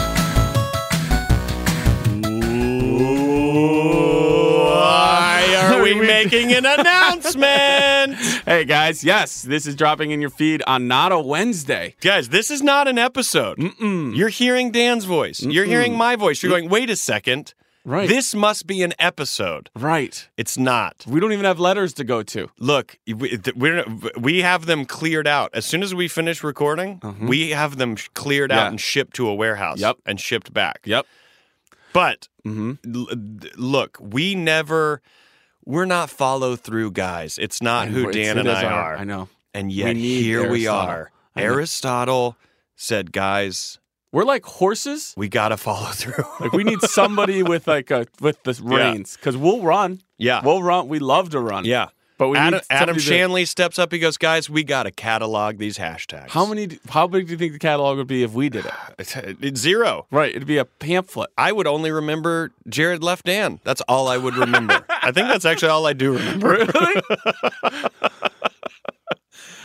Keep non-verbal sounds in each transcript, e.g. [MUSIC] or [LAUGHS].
[LAUGHS] Why are we making an announcement? Hey guys, yes, this is dropping in your feed on Not a Wednesday. Guys, this is not an episode. You're hearing Dan's voice. You're hearing my voice. You're going, wait a second. Right. This must be an episode. Right. It's not. We don't even have letters to go to. Look, we, th- we're, we have them cleared out. As soon as we finish recording, we have them sh- cleared Mm-hmm. Yeah. out and shipped to a warehouse Yep. and shipped back. Yep. But Mm-hmm. l- th- look, we never, we're not follow through guys. It's not And who it's- Dan it and is I our- are. I know. And yet We need here we Aristotle. are. I know. Aristotle said, guys, We're like horses. we got to follow [LAUGHS] through. Like we need somebody with like a with the reins because we'll run. Yeah. We'll run. We love to run. yeah. But we Adam, need Adam somebody to- Shanley steps up. He goes, guys, we got to catalog these hashtags. How many? How big do you think the catalog would be if we [SIGHS] did it? many? Uh, Zero. Right. It'd be a pamphlet. I would only remember Jared left Dan. That's all I would remember. I think that's actually all I do remember. Really? [LAUGHS]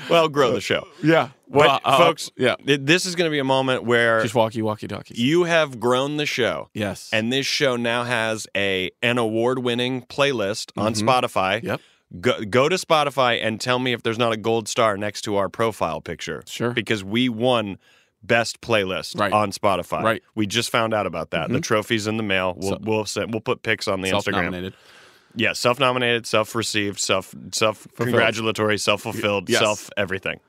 Well, grow the show. yeah. But, uh, folks, Yeah. th- this is going to be a moment where Just walkie walkie talkies. you have grown the show. yes. And this show now has a an award winning playlist on Spotify. Mm-hmm. Yep. Go, go to Spotify and tell me if there's not a gold star next to our profile picture. Sure. Because we won best playlist Right. on Spotify. Right. Mm-hmm. We just found out about that. The trophy's in the mail. We'll So- we'll send, we'll put pics on the Instagram. Self-nominated. Yeah, self nominated, self received, self self congratulatory, self fulfilled, Yes. self everything.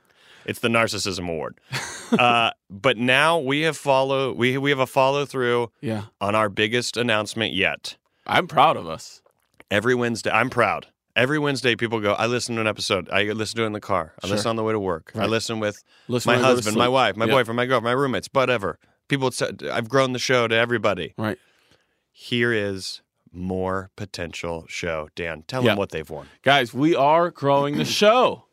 It's the narcissism award. [LAUGHS] uh, but now we have follow we we have a follow through Yeah. on our biggest announcement yet. I'm proud of us. Every Wednesday, I'm proud. Every Wednesday, people go, I listen to an episode. I listen to it in the car. I listen on the way to work. I listen with Listen my when I go to husband, sleep. my wife, my Yeah. boyfriend, my girlfriend, my roommates, whatever. People, say, I've grown the show to everybody. Right. Here is more potential show. Dan, tell Yeah. them what they've won. Guys, we are growing the show.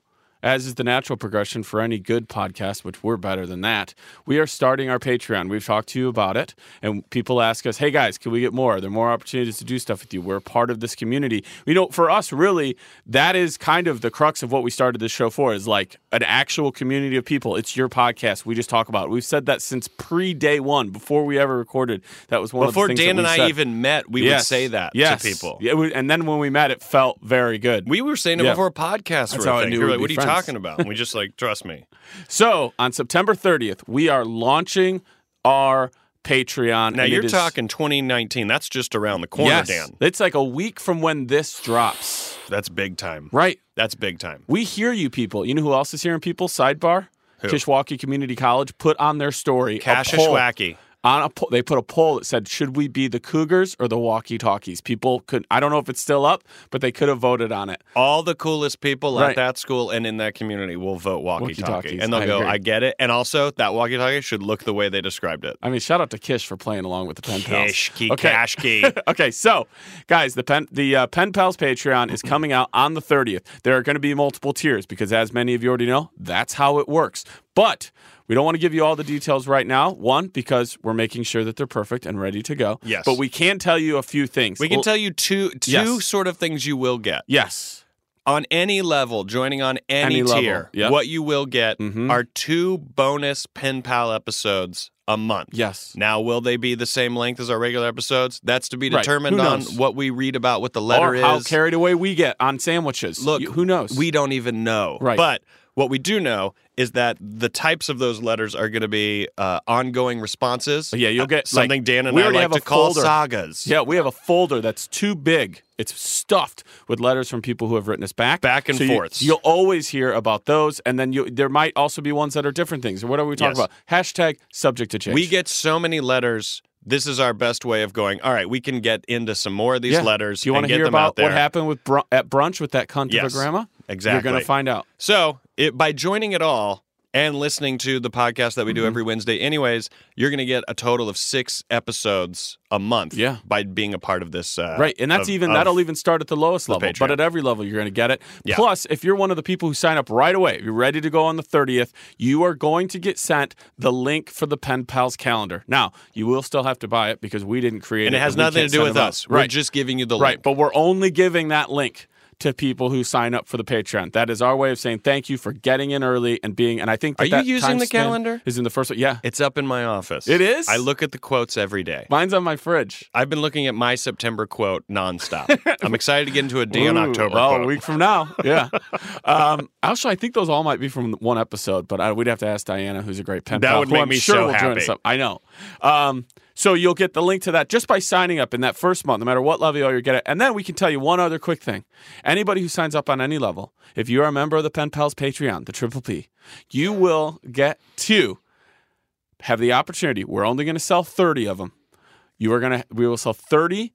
As is the natural progression for any good podcast, which we're better than that, we are starting our Patreon. We've talked to you about it, and people ask us, hey guys, can we get more? Are there more opportunities to do stuff with you? We're a part of this community. You know, for us, really, that is kind of the crux of what we started this show for is like an actual community of people. It's your podcast. We just talk about it. We've said that since pre day one, before we ever recorded. That was one Before of the things Dan that and we I said. even met, we Yes. would say that yes. to people. Yeah, we- and then when we met, it felt very good. We were saying it Yeah. before podcasts That's were how I a thing. knew We we'd were like, be what are you friends." talking about? And we just like, [LAUGHS] trust me. So on September 30th, we are launching our Patreon. Now and it you're is- talking 2019. That's just around the corner, yes, Dan. It's like a week from when this drops. That's big time. Right. That's big time. We hear you people. You know who else is hearing people? Sidebar. Kishwaukee Community College put on their story. a poll. Kashishwacky. on a poll, they put a poll that said, "Should we be the Cougars or the Walkie Talkies?" People could. I don't know if it's still up, but they could have voted on it. All the coolest people Right. at that school and in that community will vote walkie talkie. Walkie-talkies. And they'll I go, agree. I get it. And also, that walkie talkie should look the way they described it. I mean, shout out to Kish for playing along with the pen pals. Kishki Okay. [LAUGHS] Kashki. okay, so guys, the pen the uh, pen pals Patreon is coming out on the thirtieth. There are going to be multiple tiers because, as many of you already know, that's how it works. But we don't want to give you all the details right now. One, because we're making sure that they're perfect and ready to go. Yes. But we can tell you a few things. We can Well, tell you two two Yes. sort of things you will get. Yes. On any level, joining on any, Any level, tier, yep. what you will get Mhm. are two bonus pen pal episodes a month. Yes. Now, will they be the same length as our regular episodes? That's to be Right. determined Who on knows? what we read about what the letter or is. how carried away we get on sandwiches. Look, You- who knows? We don't even know. Right. But what we do know is that the types of those letters are going to be uh, ongoing responses. Yeah, you'll get, like, something Dan and we I already like have to a call folder. sagas. Yeah, we have a folder that's too big. It's stuffed with letters from people who have written us back, Back and so forths. You, will always hear about those, and then you, there might also be ones that are different things. What are we talking Yes. about? Hashtag subject to change. We get so many letters. This is our best way of going. All right, we can get into some more of these Yeah. letters. Do you want and to get hear them out about there. what happened with br- at brunch with that cunt Yes, of a grandma? You're exactly. going to find out. So, it, by joining it all and listening to the podcast that we Mm-hmm. do every Wednesday, anyways, you're going to get a total of six episodes a month. Yeah. by being a part of this. Uh, right and that's of- even of- that'll even start at the lowest level Patreon. but at every level you're going to get it Yeah. plus if you're one of the people who sign up right away you're ready to go on the 30th you are going to get sent the link for the pen pals calendar now you will still have to buy it because we didn't create and it it has we nothing to can't do send with them out. us. We're right just giving you the right link. but we're only giving that link to people who sign up for the Patreon, that is our way of saying thank you for getting in early and being. And I think that Are you that using time the span calendar? Is in the first. Yeah, It's up in my office. It is? I look at the quotes every day. mine's on my fridge. I've been looking at my September quote [LAUGHS] nonstop. I'm excited to get into a Dan Ooh, October well, quote. a week from [LAUGHS] now. Yeah. um, actually, I think those all might be from one episode, but I, we'd have to ask Diana, who's a great pen That pal, would who make I'm me sure so will join happy. us up. I know. Um, so you'll get the link to that just by signing up in that first month, no matter what level you're getting. And then we can tell you one other quick thing. Anybody who signs up on any level, if you are a member of the Pen Pals Patreon, the Triple P, you will get to have the opportunity. We're only going to sell 30 of them. You are going to, we will sell 30,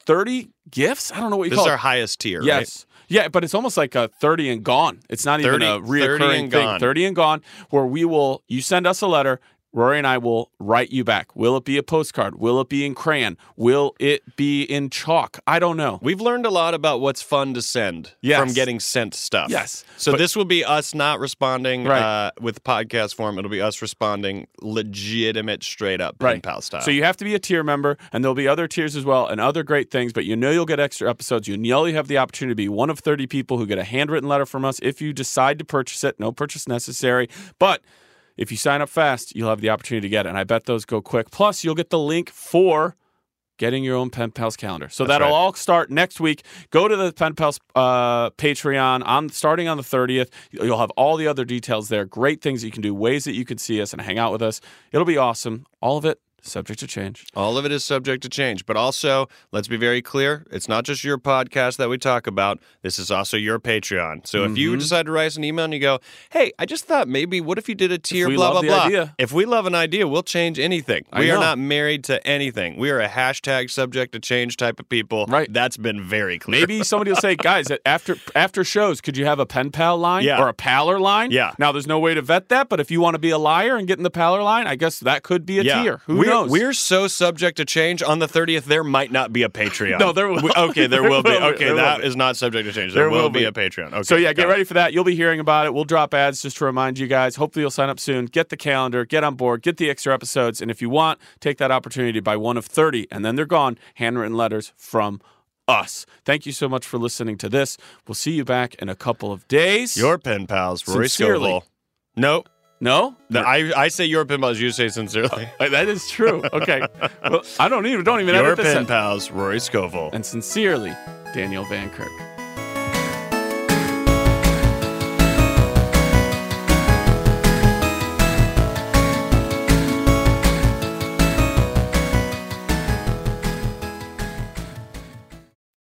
30 gifts? I don't know what you this call is it. our highest tier. Yes. Yeah, but it's almost like a 30 and gone. It's not 30 even a 30 reoccurring and thing. gone. 30 and gone, where we will, you send us a letter, Rory and I will write you back. Will it be a postcard? Will it be in crayon? Will it be in chalk? I don't know. Right? We've learned a lot about what's fun to send Yes. from getting sent stuff. Yes. So But- this will be us not responding Right. uh, with podcast form. It'll be us responding legitimate, straight up pen pal style. So you have to be a tier member, and there'll be other tiers as well, and other great things. But you know you'll get extra episodes. You know you have the opportunity to be one of thirty people who get a handwritten letter from us if you decide to purchase it. No purchase necessary, but if you sign up fast, you'll have the opportunity to get it. And I bet those go quick. Plus, you'll get the link for getting your own pen pals calendar. So that'll right. all start next week. Go to the pen pals uh, Patreon on starting on the thirtieth. You'll have all the other details there. Great things you can do, ways that you can see us and hang out with us. It'll be awesome. All of it subject to change. All of it is subject to change, but also, let's be very clear, it's not just your podcast that we talk about. This is also your Patreon. So if Mm-hmm. you decide to write us an email and you go, "Hey, I just thought maybe what if you did a tier we blah love blah the blah." idea. If we love an idea, we'll change anything. I we are know. not married to anything. We are a hashtag subject to change type of people. Right. That's been very clear. Maybe somebody will say, guys, after after shows, could you have a pen pal line Yeah. or a paler line? Yeah. Now there's no way to vet that, but if you want to be a liar and get in the paler line, I guess that could be a yeah. tier. Who we're, knows? We're so subject to change. On the 30th, there might [LAUGHS] not be a Patreon. No, there will. We- Okay, there, will be. Okay, [LAUGHS] There will that be. is not subject to change. There, will, be. a Patreon. Okay. so yeah, got get it. ready for that. You'll be hearing about it. We'll drop ads just to remind you guys. Hopefully you'll sign up soon. Get the calendar, get on board, get the extra episodes, and if you want, take that opportunity by one of 30 and then they're gone, handwritten letters from us. Thank you so much for listening to this. We'll see you back in a couple of days. Your pen pals, Rory Sincerely. Scovel. No, No? no, I, I say your pen pals, you say sincerely. Uh, That is true. [LAUGHS] Okay. well, [LAUGHS] I don't even don't even Your edit this pen out. pals, Rory Scovel. And sincerely, Daniel Van Kirk.